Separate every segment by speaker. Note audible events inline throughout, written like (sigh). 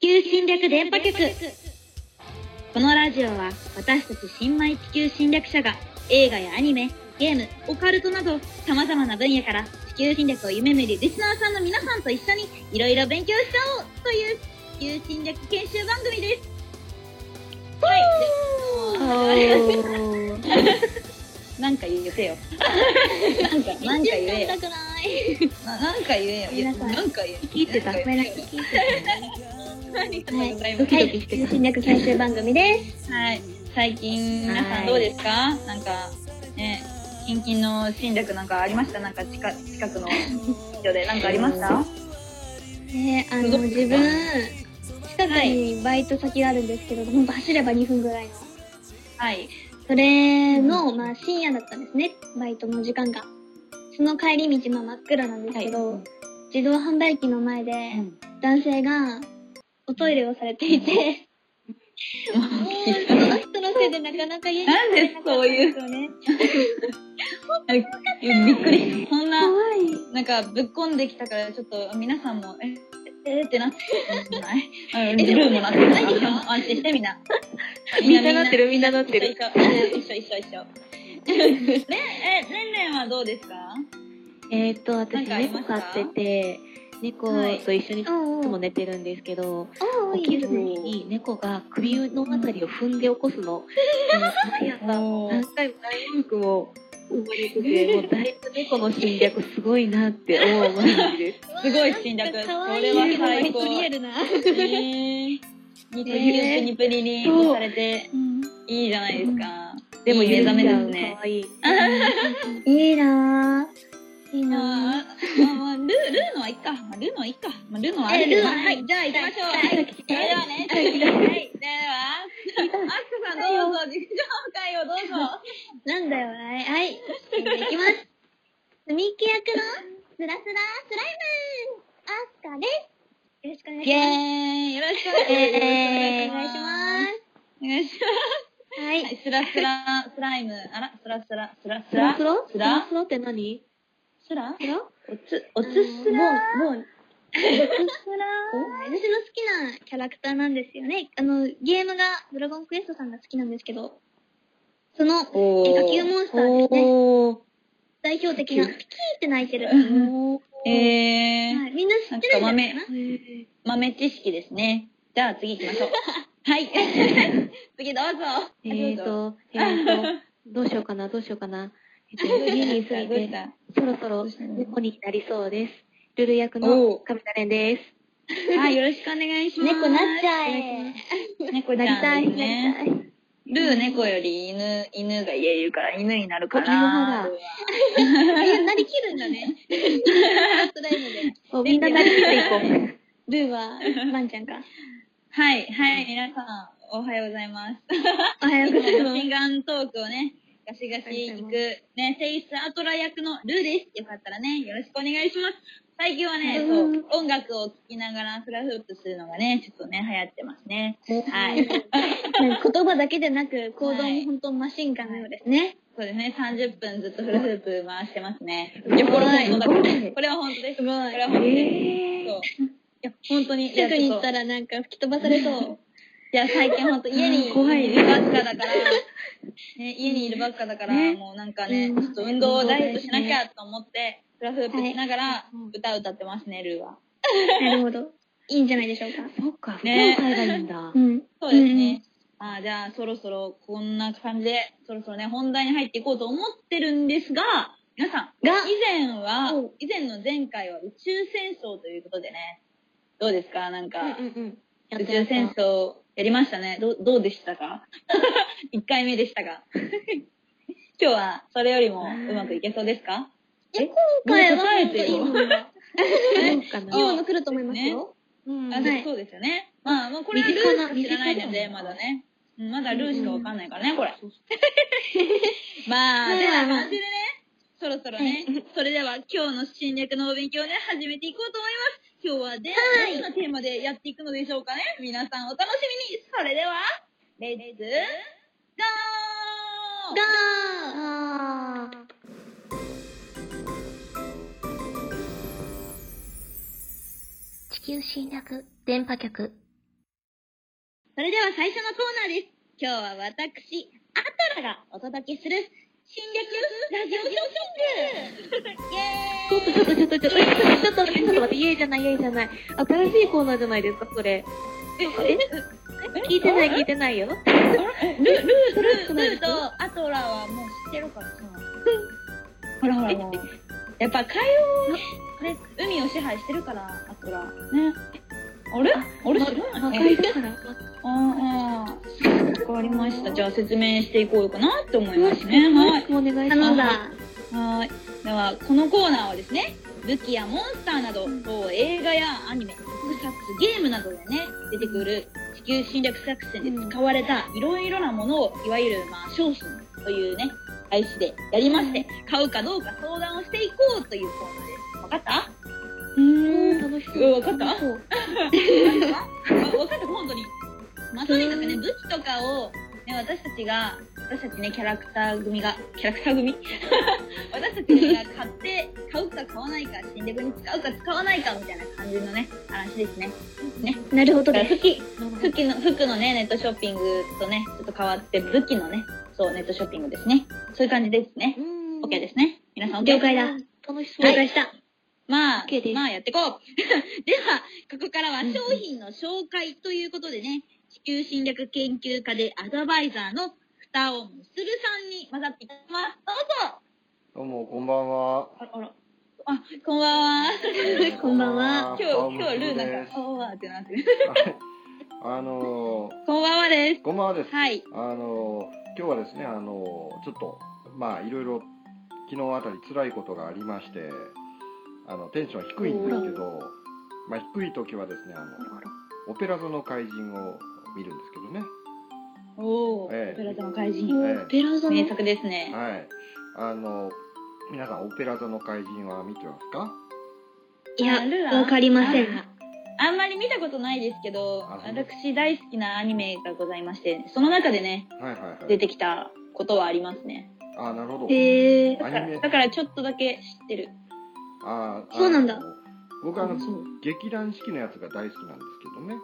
Speaker 1: 球侵略電波局このラジオは私たち新米地球侵略者が映画やアニメゲームオカルトなどさまざまな分野から地球侵略を夢見るリスナーさんの皆さんと一緒にいろいろ勉強しちゃおうという地球侵略研修番組ですはいでもう
Speaker 2: なんか言えよ。なんか、なんか言えよ。
Speaker 1: 一瞬間なくない
Speaker 2: ななんか言えよ。いや
Speaker 1: 皆さん
Speaker 2: なんか言えよ。
Speaker 1: 聞いてた
Speaker 2: なんか言えよありがとうござい
Speaker 1: ドキ
Speaker 2: ます
Speaker 1: ドキしてた侵略研修番組です
Speaker 2: はい。最近、皆さんどうですか、なんか、ね、近々の侵略なんかありましたなんか近近くの近所でなんかありました
Speaker 3: ね、あの
Speaker 2: どうです
Speaker 3: 自
Speaker 2: か
Speaker 3: 分近くにバイト先があるんですけど、本当走れば2分ぐらいの
Speaker 2: はい。
Speaker 3: それの、まあ、深夜だったんですねバイトの時間がその帰り道、まあ、真っ暗なんですけど、
Speaker 2: はい
Speaker 3: 自動販売機の前で
Speaker 2: うん
Speaker 3: 男性がおトイレをされていて、 (laughs) もうその人のせいでなかなか家に
Speaker 2: なんでそういう
Speaker 3: 帰れなかったんですよね
Speaker 2: いやびっくり。そんな、
Speaker 3: 怖
Speaker 2: なんかぶっこんできたから、ちょっと皆さんも、え、えーってなってるんじゃないうん
Speaker 3: えでも
Speaker 2: ルーもなってるから。安心してみんな。みんななってる、みんななってる。一緒一緒一緒一緒。ね、え、ねんねんはどうですか
Speaker 4: えーっと
Speaker 2: なん
Speaker 4: 私
Speaker 2: かありま
Speaker 4: 猫
Speaker 2: すか
Speaker 4: 飼ってて猫
Speaker 2: はい
Speaker 4: と一緒にいつ
Speaker 3: い
Speaker 4: も寝てるんですけど、
Speaker 3: おおい
Speaker 4: 起きる時に猫が首のあたりを踏んで起こすの。毎朝
Speaker 2: おー
Speaker 4: 何回も大文句を生まれてて、もうだいぶ猫の侵略すごいなって思う毎日です。
Speaker 2: すごい侵略。これ
Speaker 3: かわいい
Speaker 2: は最高。
Speaker 3: リアルな、
Speaker 2: ねえニプリ
Speaker 4: ねえ
Speaker 2: ニプリに押されていいじゃないですか。
Speaker 4: でも
Speaker 2: (laughs) いい目覚め
Speaker 4: ゆ
Speaker 2: で
Speaker 4: りちゃ
Speaker 2: す
Speaker 4: ん
Speaker 2: ね
Speaker 4: 可。愛い。
Speaker 3: いいなぁいい
Speaker 2: あー
Speaker 3: なぁ
Speaker 2: あ、まあ、ルールーのはいいか。まあルーのはいいか。まあルーのはあ
Speaker 1: え
Speaker 2: る
Speaker 1: ル
Speaker 2: け
Speaker 1: ー
Speaker 2: ど
Speaker 1: ははいじゃあ行きましょうはい
Speaker 2: それではね、はい、では、アックさんどうぞ、自己紹介をどうぞ。
Speaker 3: なんだよ、はい。はい。いきます。積み木役のスラスラスライムアスカです。よろしくお願い
Speaker 2: イ
Speaker 3: します。
Speaker 2: ェーイよろしくお
Speaker 3: えー、お願
Speaker 2: 願
Speaker 3: い
Speaker 2: い
Speaker 3: し
Speaker 2: し
Speaker 3: ま。
Speaker 2: ます。お願いします
Speaker 3: は。
Speaker 2: す。はいい、スラスラ、スライム、あら、スラスラ、スラスラ、
Speaker 4: スロ
Speaker 2: ス
Speaker 4: ス
Speaker 2: ラ
Speaker 4: ラスロって何？
Speaker 2: スラ
Speaker 4: スロ？
Speaker 2: おつ、お
Speaker 3: お
Speaker 2: つすら。
Speaker 3: もう、もう、私の好きなキャラクターなんですよね。あの、ゲームがドラゴンクエストさんが好きなんですけど、その、
Speaker 2: お
Speaker 3: え火球モンスターですね。
Speaker 4: おー
Speaker 3: 代表的な、ピキーって鳴いてる。は
Speaker 4: おー。
Speaker 2: えー、
Speaker 3: い、みんな知ってるんじゃないかな
Speaker 2: 豆知識ですね。じゃあ次行きま (laughs) しょう。はい。次どう (laughs) ぞ。
Speaker 4: えーと、えーと、どうしようかな、どうしようかな。
Speaker 2: (laughs)
Speaker 4: えっと、家に住ん
Speaker 2: どうし
Speaker 4: で
Speaker 2: た
Speaker 4: そろそろ猫になりそうです。ルル役
Speaker 2: お
Speaker 4: の
Speaker 2: う
Speaker 4: カメラレンです。
Speaker 2: はい、よろしくお願いします。
Speaker 3: 猫なっちゃえ。
Speaker 2: 猫ち
Speaker 4: なり
Speaker 2: ゃ
Speaker 4: た
Speaker 2: ん
Speaker 4: い
Speaker 2: ですね。ルー猫より犬、犬が家いるから犬になるから。
Speaker 4: なるほ
Speaker 3: えなりきるんだね。スライムで。
Speaker 4: そう、みんななりきっていこう。
Speaker 3: ルーは、ワンちゃんか。
Speaker 2: はい、はい、皆さん、おはようございます。
Speaker 3: おはようございます。
Speaker 2: 心眼トークをね、ガシガシ行く、ね、セイスアトラ役のルーです。よかったらね、よろしくお願いします。最近はね、そう
Speaker 3: うん
Speaker 2: 音楽を聴きながらフラフープするのがね、ちょっとね、流行ってますね。はい。
Speaker 3: 言葉だけでなく、行動も本当マシンガンのようですね。
Speaker 2: そうですね、30分ずっとフラフープ回してますね。いや、これは本当だからこれは本当です。これは本当です。そう。いや、本当に。
Speaker 3: すぐに行っ
Speaker 2: い
Speaker 3: たらなんか吹き飛ばされそう。
Speaker 2: や、最近本当家に
Speaker 4: 怖い
Speaker 2: いるばっかだ (laughs) から、ね、家にいるばっかだから、もうなんかね、ちょっと運動をダイエットしなきゃと思って、フラフープしながら歌歌ってますね、ルーは。
Speaker 3: なるほど。いいんじゃないでしょうか。
Speaker 4: そっか、福
Speaker 2: ね
Speaker 4: 岡がいいんだ
Speaker 3: う。ん。
Speaker 2: そうですね。あーじゃあ、そろそろこんな感じで、そろそろね、本題に入っていこうと思ってるんですが、皆さん、以
Speaker 3: が、
Speaker 2: 前は
Speaker 3: うん、
Speaker 2: 以前の前回は宇宙戦争ということでね、どうですかなんか、
Speaker 4: うんうん。やっ
Speaker 2: 宇
Speaker 4: たや
Speaker 2: 宙
Speaker 4: った
Speaker 2: 戦争やりましたね。どうどうでしたか (laughs) ?1 回目でしたが。 (laughs) 今日はそれよりもうまくいけそうですか
Speaker 3: 今回は
Speaker 2: 答え
Speaker 3: 本当
Speaker 2: て
Speaker 3: いい
Speaker 2: よ
Speaker 3: ものが。
Speaker 4: そうか
Speaker 3: いいも
Speaker 4: な。
Speaker 3: の来ると思いますよ。
Speaker 4: うん
Speaker 2: あ
Speaker 3: はい
Speaker 2: そうですよね。まあ、まあ、これはル
Speaker 4: 身近な
Speaker 2: ーしか知らないの
Speaker 4: 身
Speaker 2: で、
Speaker 4: 近な
Speaker 2: まだね。うんまだルーしかわかんないからね、これ。 (laughs) まあ、
Speaker 3: ね
Speaker 2: では、
Speaker 3: まあ
Speaker 2: 感じでね、そろそろね、それでは今日の侵略のお勉強をね、始めていこうと思います。今日はで、どんなテーマでやっていくのでしょうかね。皆さんお楽しみにそれでは、レッツ、ゴー
Speaker 3: ゴー
Speaker 1: 地球侵略電波局それでは最初のコーナーです。今日は私、アトラがお届けする侵略ラジオショ
Speaker 4: ちょっとちょっとちょっとちょっと、ちょっと待って、ちょっと待って、家じゃない、家じゃない。新しいコーナーじゃないですか、それ。え、聞いてない、聞いてないよ。
Speaker 2: ルルー
Speaker 4: ルー
Speaker 2: ルールとアトラはもう知ってるからさ。ほらほらもう。やっぱ海洋、ね、海を支配してるから、アトラ。ね。あれあれ知ら
Speaker 4: 魔
Speaker 2: ない
Speaker 4: 界だから。
Speaker 2: ああ、わかりました。じゃあ説明していこうかなって思いますね。はい。
Speaker 4: お願いし
Speaker 3: 頼ん
Speaker 4: ま
Speaker 3: だ。
Speaker 2: はい。では、このコーナーはですね、武器やモンスターなど、こう映画やアニメ、特撮、ゲームなどでね、出てくる地球侵略作戦で使われたいろいろなものを、いわゆる、まあ、商品というね、愛詞でやりまして、買うかどうか相談をしていこうというコーナーです。わかった
Speaker 4: す。うーん、楽しそう。
Speaker 2: うんわかった
Speaker 4: そう
Speaker 2: あ分かった本当にまあとにかくね武器とかを、ね、私たちが私たちねキャラクター組
Speaker 4: (laughs)
Speaker 2: がキャラクター組 (laughs) 私たちが買って買うか買わないか新レグに使うか使わないかみたいな感じのね話ですね
Speaker 3: なるほ
Speaker 2: だ
Speaker 3: ど
Speaker 2: から
Speaker 3: です。
Speaker 2: 武器武器の服のねネットショッピングとねちょっと変わって武器のねそうネットショッピングですねそういう感じですね
Speaker 4: うーん
Speaker 2: OK ですね皆さん OK
Speaker 3: 了解だ。
Speaker 4: 楽しそう。
Speaker 3: 了解した。
Speaker 2: まあ
Speaker 4: OK です、
Speaker 2: まあやってこう。 (laughs) では、ここからは商品の紹介ということでね、地球侵略研究家でアドバイザーの蓋尾むするさんに混ざっていただきます。どうぞ
Speaker 5: どうも、こんばんは。
Speaker 2: あら。あ、こんばんは。
Speaker 3: (laughs) こんばんは
Speaker 2: 今日、
Speaker 5: 顔
Speaker 2: 今
Speaker 5: む
Speaker 2: 日
Speaker 5: く
Speaker 2: ルーなん
Speaker 5: で
Speaker 2: か
Speaker 5: す、
Speaker 2: おーわーってなってる。
Speaker 5: あの
Speaker 2: こんばんはで
Speaker 5: ー、こんばんはです
Speaker 2: す。。はい。
Speaker 5: あのー、今日はですね、あのー、ちょっと、まあ、いろいろ、昨日あたり辛いことがありまして、あの、テンション低いんですけど、まあ、低い時はですね、あの、オペラ座の怪人を見るんですけどね。
Speaker 2: おー、
Speaker 5: え
Speaker 2: オ
Speaker 5: え
Speaker 2: ペラ座の怪人。
Speaker 5: ええ
Speaker 3: ベラザの
Speaker 2: 名作ですね。
Speaker 5: はい。あの、皆さん、オペラ座の怪人は見てますか
Speaker 3: いや
Speaker 2: あルー、は
Speaker 3: わかりません。
Speaker 2: あんまり見たことないですけど
Speaker 5: あ、そう
Speaker 2: 私大好きなアニメがございまして、その中でね、
Speaker 5: はいはいは
Speaker 2: 出
Speaker 5: い。
Speaker 2: てきたことはありますね。
Speaker 5: あ、なるほど。
Speaker 3: へえ。
Speaker 5: ア
Speaker 2: だか
Speaker 5: ニ
Speaker 2: ら
Speaker 5: メ
Speaker 2: だ、からちょっとだけ知ってる。
Speaker 5: あー
Speaker 3: そうなんだ。
Speaker 5: あの僕、あの、
Speaker 4: そう
Speaker 5: 劇団四季のやつが大好きなんですけどね。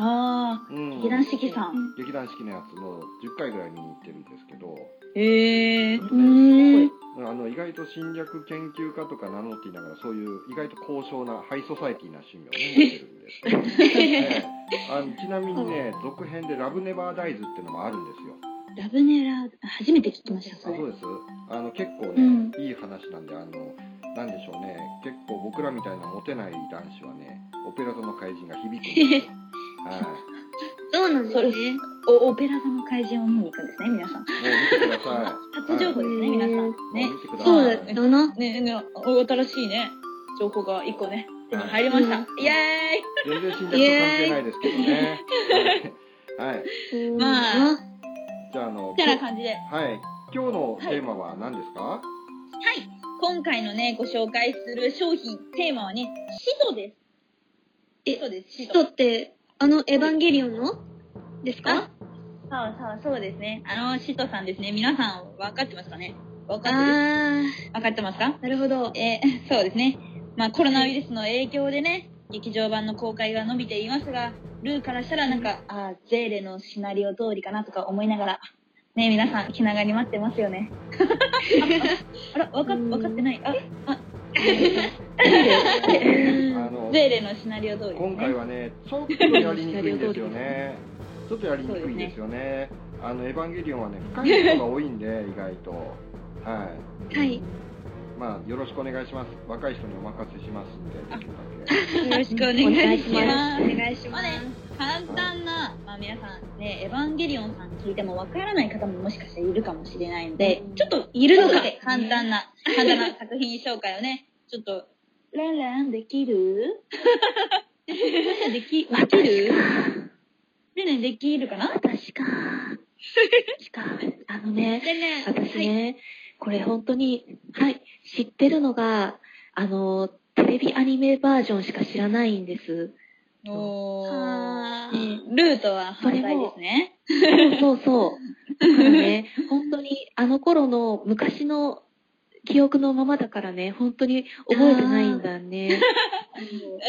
Speaker 2: あ
Speaker 5: う
Speaker 2: あ
Speaker 5: ん
Speaker 2: 劇団四季さん。
Speaker 5: 劇団四季のやつの10回ぐらい見に行ってるんですけど、
Speaker 2: へえ
Speaker 5: ちょっ
Speaker 3: う
Speaker 5: とね
Speaker 3: ーん。
Speaker 5: あの意外と侵略研究家とか名乗っていながらそういう意外と高尚なハイソサイティな趣味をね持ってるんですけど、 (laughs) ええあのちなみにね続編で「ラブネバーダイズ」ってのもあるんですよ
Speaker 2: ラブネラ、初めて聞きました、
Speaker 5: あ
Speaker 2: それ
Speaker 5: そ。うですあの結構ね、いい話なんであのなんでしょうね結構僕らみたいなモテない男子はねオペラ座の怪人が響くんです (laughs) よはい
Speaker 3: そうなんです
Speaker 2: それ
Speaker 3: ね。
Speaker 2: おオペラ座の怪人を見に行くんですね、皆さん。
Speaker 5: もう見てください
Speaker 2: 初情報ですね、皆さん。
Speaker 5: い
Speaker 2: ね
Speaker 5: もう。見てくだ
Speaker 3: そう
Speaker 5: さい
Speaker 3: だな。
Speaker 2: ね、ね、お新しいね、情報が一個ね、手に入りました。イエ
Speaker 5: 全然侵略と関係ないですけどね。はい、はい
Speaker 2: ま
Speaker 3: あ。
Speaker 5: じゃあ、あの
Speaker 2: ーイ、みたいな (laughs) 感じで、
Speaker 5: はい、今日のテーマは何ですか。
Speaker 2: 今回のね、ご紹介する商品、テーマはね、シトです。
Speaker 3: え
Speaker 2: シトです、シ
Speaker 3: 人って、あのエヴァンゲリオンのですか
Speaker 2: そうそうそうですね。あの、シトさんですね。皆さん、分かってますかね分か
Speaker 3: あ
Speaker 2: って
Speaker 3: あ
Speaker 2: る分かってますか
Speaker 3: ー、なるほど。
Speaker 2: えー (laughs) そうですね。まあ、コロナウイルスの影響でね、劇場版の公開が伸びていますが、ルーからしたらなんか、ああ、ゼーレのシナリオ通りかなとか思いながら、ね、皆さん、気長に待ってますよね。あら、わか、わかってない。あ、あ、
Speaker 5: あの、
Speaker 2: ゼーレのシナリオ通りですね。
Speaker 5: 今回はね、ちょっとやりにくいんですよね。ちょっとやりにくいんですよね。あのエヴァンゲリオンはね、深いことが多いんで、意外と。は
Speaker 3: はい。
Speaker 5: い、まあ、よろしくお願いします。若い人にお任せしますんで、できるだけ。
Speaker 2: よろしくお願いし
Speaker 4: お
Speaker 2: ます。
Speaker 3: 願いし
Speaker 2: まあね。、簡単な、まあ皆さんね、エヴァンゲリオンさん聞いてもわからない方ももしかしたらいるかもしれないので、ちょっといるのか簡単な、簡単な作品紹介をね、 (laughs) ちょっと、ランランできる (laughs) でき、 (laughs) できるでね、できるかな
Speaker 4: 私か。しか、あのね、
Speaker 2: でね、
Speaker 4: 私ね、これ本当に、はい、知ってるのが、あの、テレビアニメバージョンしか知らないんです。
Speaker 2: おー
Speaker 3: あー
Speaker 4: ね
Speaker 2: ルートは反対ですね。
Speaker 4: そうそうそう。だからね、本当にあの頃の昔の記憶のままだからね、本当に覚えてないんだね。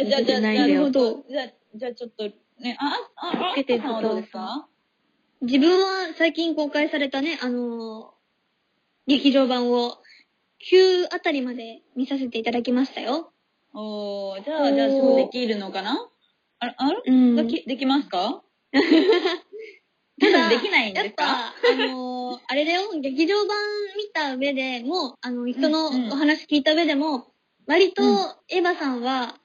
Speaker 2: えじゃあ、じゃあ、
Speaker 4: な
Speaker 2: ない
Speaker 4: んだ
Speaker 2: るほ
Speaker 4: よ
Speaker 2: ど。じゃあ、じゃあちょっと、ね、あ、あ、あ、あ
Speaker 4: つけてる
Speaker 2: さんは
Speaker 4: とこ
Speaker 2: どう
Speaker 4: ろ
Speaker 2: で
Speaker 4: ですすか
Speaker 2: か
Speaker 3: 自分は最近公開されたね、あのー劇場版を9あたりまで見させていただきましたよ。
Speaker 2: おー、じゃあ、じゃあ、仕事できるのかなあれ、あれ
Speaker 3: うん
Speaker 2: でき、できます (laughs) か
Speaker 3: ただ
Speaker 2: できないん
Speaker 3: や
Speaker 2: で
Speaker 3: っ
Speaker 2: す (laughs)
Speaker 3: ぱ、
Speaker 2: か
Speaker 3: あのーあれだよ、劇場版見た上でも、あの、人の
Speaker 2: うんうん
Speaker 3: お話聞いた上でも、割と
Speaker 2: うん
Speaker 3: エヴァさんは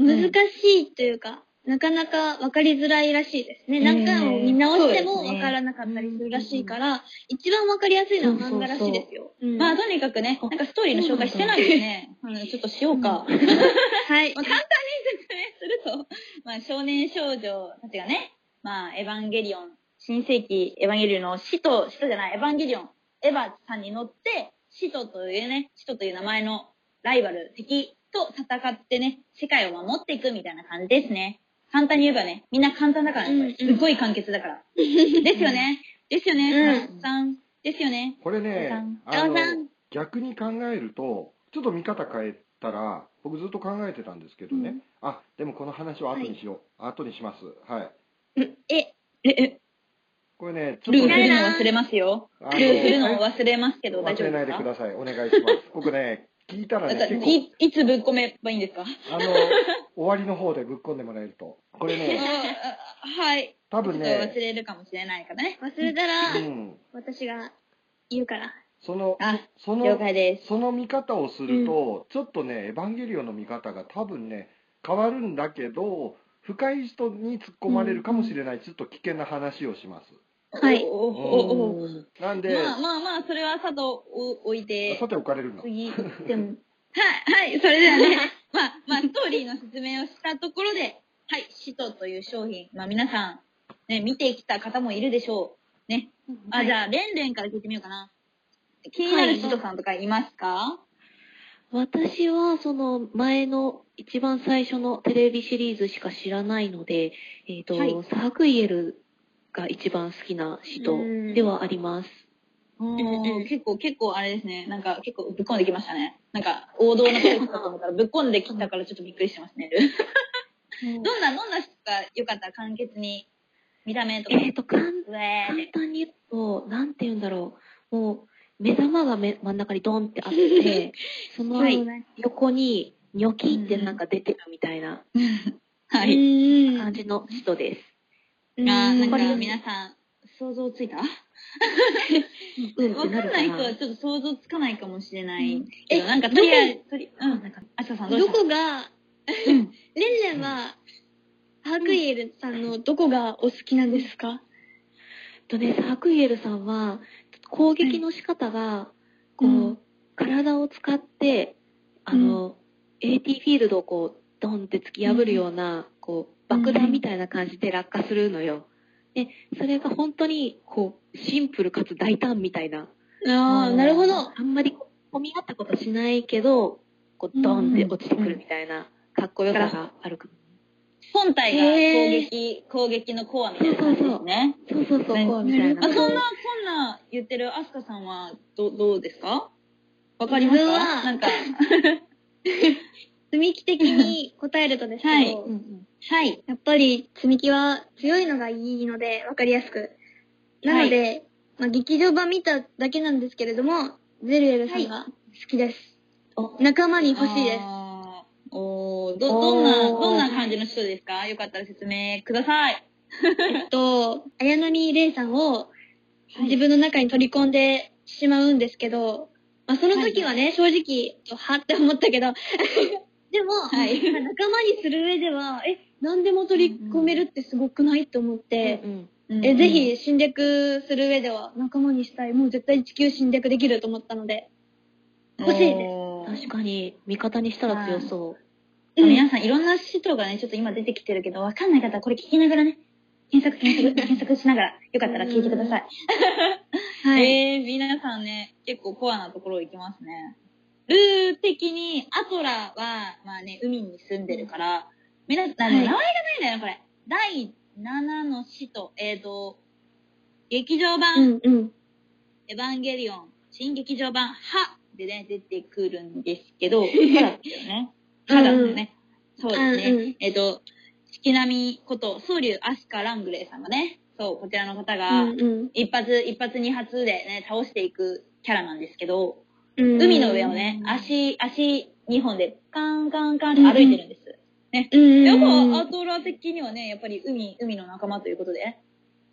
Speaker 2: ん
Speaker 3: 難しいというか、なかなか分かりづらいらしいですね。
Speaker 2: うん
Speaker 3: 何回も見直しても
Speaker 2: そうですね
Speaker 3: 分からなかったりするらしいから、一番分かりやすいのは漫画らしいですよ。うん
Speaker 2: まあ、とにかくね、なんかストーリーの紹介してないですね。うん、ちょっとしようか。
Speaker 3: はい。
Speaker 2: 説明すると、まあ、少年少女たちがね、まあ、エヴァンゲリオン、新世紀エヴァンゲリオンの使徒、使徒じゃない、エヴァンゲリオン、エヴァさんに乗って、使徒というね、使徒という名前のライバル、敵と戦ってね、世界を守っていくみたいな感じですね。簡単に言えばね、みんな簡単だからね、これすっごい簡潔だ
Speaker 5: (laughs)
Speaker 2: から。ですよね。ですよね、
Speaker 5: うん
Speaker 2: さん。ですよね。
Speaker 5: これね
Speaker 2: さん、
Speaker 5: あの
Speaker 3: さん
Speaker 5: 逆に考えると、ちょっと見方変えたら、僕ずっと考えてたんですけどね、あでもこの話は後にしよう、後にします、はい、
Speaker 2: え、え、
Speaker 5: これね、ちょっ
Speaker 2: ルー
Speaker 5: と
Speaker 2: するの
Speaker 5: ね、
Speaker 2: 忘れますよ。
Speaker 5: あの
Speaker 2: ルーするの忘れますけど、大
Speaker 5: 忘
Speaker 2: 丈
Speaker 5: れ
Speaker 2: 夫
Speaker 5: ない
Speaker 2: ですか
Speaker 5: でください、お願いします。僕ね、聞いたら
Speaker 2: なんか
Speaker 5: ね、結構、
Speaker 2: いいつぶっ込めばいいんですか
Speaker 5: あの、終わりの方でぶっこんでもらえると、これね、
Speaker 2: はい。
Speaker 5: 多
Speaker 2: ちょっ
Speaker 5: 分
Speaker 2: と忘
Speaker 5: ね、
Speaker 2: れるかもしれないからね。
Speaker 3: 忘れたら
Speaker 5: う、ん、
Speaker 3: 私が言うから。
Speaker 5: その、
Speaker 2: あ、
Speaker 5: その
Speaker 2: 了、解です。
Speaker 5: その見方をすると、ちょっとね、エヴァンゲリオンの見方が多分ね、変わるんだけど、深い人に突っ込まれるかもしれない、ちょっと危険な話をします。
Speaker 3: はい
Speaker 2: おおおお
Speaker 5: なんで、
Speaker 2: まあまあまあ、それはさと置いて
Speaker 5: さ、て置かれるの。
Speaker 2: 次、でも、はい、はい、それではね、まあまあ、ストーリーの説明をしたところで、はい、シトという商品、まあ皆さん、ね、見てきた方もいるでしょう。ね。あ、じゃあ、レンレンから聞いてみようかな。気になるシトさんとかいますか
Speaker 4: 私はその前の一番最初のテレビシリーズしか知らないので、えっと
Speaker 2: はい
Speaker 4: サークイエルが一番好きな人ではありま
Speaker 2: う
Speaker 4: す。
Speaker 2: ん結構、結構あれですね。なんか、結構ぶっこんできましたね。なんか、王道のタイプかと思ったら、ぶっこんできたからちょっとびっくりしてますね。どんな、どんな人が良かった簡潔に、見た目とか。
Speaker 4: えっ、と簡
Speaker 2: うえー
Speaker 4: 簡単に言うとなんて言うんだろうもう目玉がめ真ん中にドンってあって
Speaker 2: (laughs)
Speaker 4: その
Speaker 2: はい
Speaker 4: 横にニョキってなんか出てるみたいな
Speaker 2: は
Speaker 3: う
Speaker 2: い。
Speaker 3: ん
Speaker 4: 感じの人です。
Speaker 2: あーなん
Speaker 4: こ
Speaker 2: か、
Speaker 4: れ
Speaker 2: 皆さん、想像ついたわ
Speaker 4: うん
Speaker 2: か
Speaker 4: って
Speaker 2: ん
Speaker 4: なる
Speaker 2: ない
Speaker 4: か
Speaker 2: 人は
Speaker 4: な。
Speaker 2: ちょっと想像つかないかもしれない。
Speaker 3: え
Speaker 2: え、なんか、とりあえず、とりう
Speaker 4: あ
Speaker 2: ん。
Speaker 4: なんか
Speaker 2: あささんどうし
Speaker 3: ど
Speaker 2: た
Speaker 3: こが、レンレンは、ハークイエルさんのどこがお好きなんですか
Speaker 4: えっとねサークイエルさんは攻撃の仕方がこう、
Speaker 2: うん
Speaker 4: 体を使ってあの、AT フィールドをこうドンって突き破るような、こう爆弾みたいな感じで落下するのよ。でそれが本当にこうシンプルかつ大胆みたいな
Speaker 3: あ
Speaker 2: ーなるほど
Speaker 4: あんまりこう混み合ったことしないけどこうドンって落ちてくるみたいな、かっこよさがあるか
Speaker 2: 本体が攻撃、攻撃のコアみたいな感じですね。
Speaker 4: そうそうそう
Speaker 2: ね
Speaker 4: こうみたいな
Speaker 2: あ、そんな、そんな言ってるアスカさんは、ど、どうですかわかります
Speaker 3: 自
Speaker 2: か
Speaker 3: 分は
Speaker 2: なんか、
Speaker 3: 積み木的に答えるとですけど、
Speaker 2: はい
Speaker 4: うんうん
Speaker 2: はい。
Speaker 3: やっぱり積み木は強いのがいいので、わかりやすく。なので、まあ、劇場版見ただけなんですけれども、ゼルエルさんが好きです。
Speaker 4: は
Speaker 3: 仲間に欲しいです。
Speaker 2: あーおーど、どんな、
Speaker 4: おー
Speaker 2: どんな感じの人ですかよかったら説明ください。
Speaker 3: えっと、綾波レイさんを自分の中に取り込んでしまうんですけど、まあ、その時はね、正直、はって思ったけど、でも、
Speaker 2: (laughs) はい
Speaker 3: まあ仲間にする上では、え、何でも取り込めるってすごくないと思って
Speaker 4: う、ん
Speaker 3: え、ぜ、ひ侵略する上では仲間にしたい。もう絶対地球侵略できると思ったので。欲しいです
Speaker 4: うん
Speaker 2: す
Speaker 4: 確かに味方にしたら強そう。
Speaker 2: あ皆さん、いろんな使徒がね、ちょっと今出てきてるけど、わかんない方はこれ聞きながらね、検索、検索、検索しながら、よかったら聞いてください。
Speaker 3: はい。
Speaker 2: えー、皆さんね、結構コアなところ行きますね。ルー的に、アトラは、まあね、海に住んでるから、みんな、な名前がないんだよね、これ。第7の使徒、えーと、劇場版、
Speaker 3: うんうん。
Speaker 2: エヴァンゲリオン、新劇場版、は、でね、出てく (laughs) るんですけど、はだったよね。はだったよね。そうですね。
Speaker 3: うんうん
Speaker 2: えっと、式並みこと、総流アシカ・ラングレーさんがね、そう、こちらの方が、
Speaker 3: うん
Speaker 2: 一発、一発二発でね、倒していくキャラなんですけど、
Speaker 3: うん
Speaker 2: 海の上をね、足、足2本でカンカンカンと歩いてるんです。
Speaker 3: うん
Speaker 2: やっぱアートラ的にはね、やっぱり海、海の仲間ということで、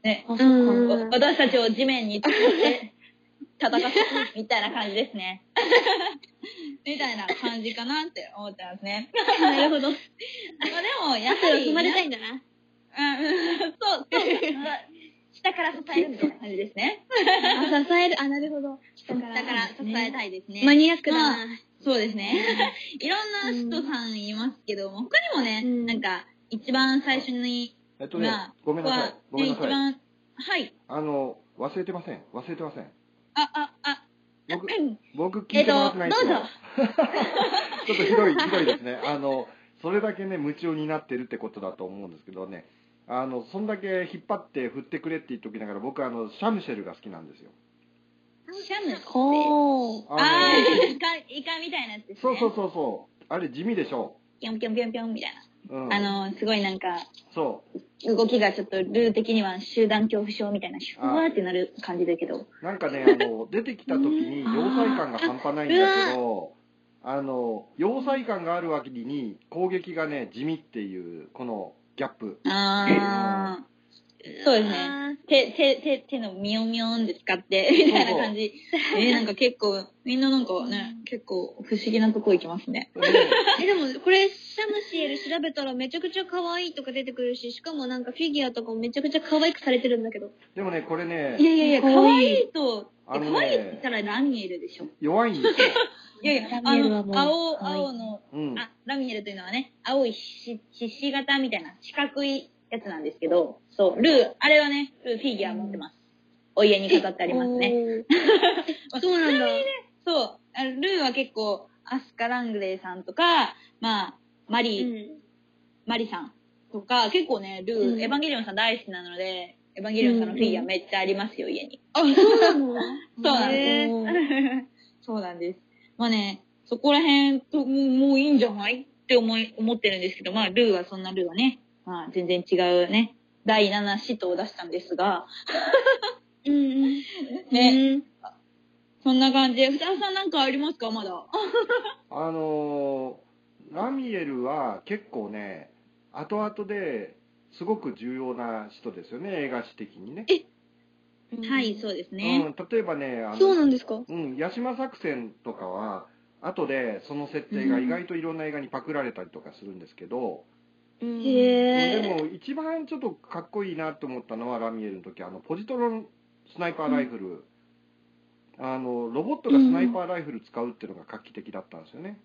Speaker 2: ね、
Speaker 4: あそっ
Speaker 3: うん
Speaker 2: わ私たちを地面に突き出して戦うみたいな感じですね。 (laughs) みたいな感じかなって思ってますね。
Speaker 3: (laughs) なるほど。
Speaker 2: まあでも、やっぱ
Speaker 3: 汗を
Speaker 2: り、
Speaker 3: 踏まれたいんだな。
Speaker 2: うんうんそう、そう、下から支えるみたいな感じですね。
Speaker 3: あ、支える。あ、なるほど。
Speaker 2: 下から支えたいですね。
Speaker 3: マニアックだな。
Speaker 2: そうですね。 (laughs) いろんな人さんいますけども、他にもね、
Speaker 3: うん
Speaker 2: なんか、一番最初に、
Speaker 5: えっとね
Speaker 2: まあ、
Speaker 5: ごめんなさい
Speaker 2: は、
Speaker 5: ごめんな
Speaker 2: 一
Speaker 5: さい。
Speaker 2: 番、はい、
Speaker 5: あの、忘れてません、忘れてません。
Speaker 2: あ、あ、あ、 (laughs)
Speaker 5: 僕
Speaker 2: うん、
Speaker 5: 僕聞いてもらってないんですよ。
Speaker 2: えっ
Speaker 5: (laughs) ちょっとひどい、ひどいですね。あの、それだけね、夢中になってるってことだと思うんですけどね。あの、そんだけ引っ張って振ってくれって言っときながら、僕、あの、シャムシェルが好きなんですよ。
Speaker 2: シャムって、
Speaker 4: ほ
Speaker 2: あ
Speaker 5: あの
Speaker 2: あー、イカ、 (laughs) イカみたいなやつですね。
Speaker 5: そうそうそうそう。あれ、地味でしょ。
Speaker 2: ぴょんぴょんぴょんぴょんみたい
Speaker 5: うん。
Speaker 2: な。あの、すごいなんか、
Speaker 5: そう。
Speaker 2: 動きがちょっとルー的には集団恐怖症みたいな、シュワーってなる感じだけど。
Speaker 5: なんかね、あの、出てきた時に要塞感が半端ないんだけど、あの、要塞感があるわけに、攻撃がね、地味っていう、このギャップ。
Speaker 2: あー、そうですね。
Speaker 3: あー
Speaker 2: 手、手、手、手のミヨンミヨンで使って、みたいな感じ。えー、なんか結構、みんななんかね、結構不思議なとこ行きますね。
Speaker 3: え、でも、これ、シャムシエル調べたらめちゃくちゃ可愛いとか出てくるし、しかもなんかフィギュアとかもめちゃくちゃ可愛くされてるんだけど。
Speaker 5: でもね、これね、
Speaker 3: いやいやいや、
Speaker 2: 可愛いと、
Speaker 5: あ
Speaker 2: え
Speaker 5: のね
Speaker 2: 可愛いって言ったらラミエルでしょ。
Speaker 5: 弱いんですよ。
Speaker 2: いやいや、
Speaker 4: ラ
Speaker 2: あ
Speaker 4: ミエルは
Speaker 2: の、
Speaker 4: もう
Speaker 2: 青、
Speaker 4: 可愛い
Speaker 2: 青の、
Speaker 5: うん。
Speaker 2: あ、ラミエルというのはね、青いししし形みたいな四角いやつなんですけど、そう、ルー、あれはね、ルーフィギュア持ってます。お家に飾ってありますね。
Speaker 3: おー。 (laughs) そうなんだ。
Speaker 2: そう、あルーは結構、アスカ・ラングレーさんとか、まあ、マリー、マリさんとか、結構ね、ルー、
Speaker 3: うん
Speaker 2: エヴァンゲリオンさん大好きなので、エヴァンゲリオンさんのフィギュアめっちゃありますよ、家に。
Speaker 3: あ、そうなの
Speaker 2: そうなんです。 (laughs) そうなんです。まあね、そこら辺とももういいんじゃないって思い思ってるんですけど、まあ、ルーはそんなルーはね、まあ、全然違うね、第7シートを出したんですが、
Speaker 3: うんうん。
Speaker 2: ね、そんな感じで、ふたさんなんかありますかまだ。あ
Speaker 5: あのーラミエルは結構ね、後々ですごく重要な人ですよね、映画史的にね。
Speaker 4: う。
Speaker 2: はい、そうですね。
Speaker 5: うん、例えばね、あ
Speaker 3: そう
Speaker 5: の、
Speaker 3: なんですか
Speaker 5: うん、八島作戦とかは、後でその設定が意外といろんな映画にパクられたりとかするんですけど、
Speaker 4: うん。
Speaker 5: で
Speaker 3: へえ。
Speaker 5: も一番ちょっとかっこいいなと思ったのはラミエルの時あのポジトロンスナイパーライフル、あのロボットがスナイパーライフル使うっていうのが画期的だったんですよね、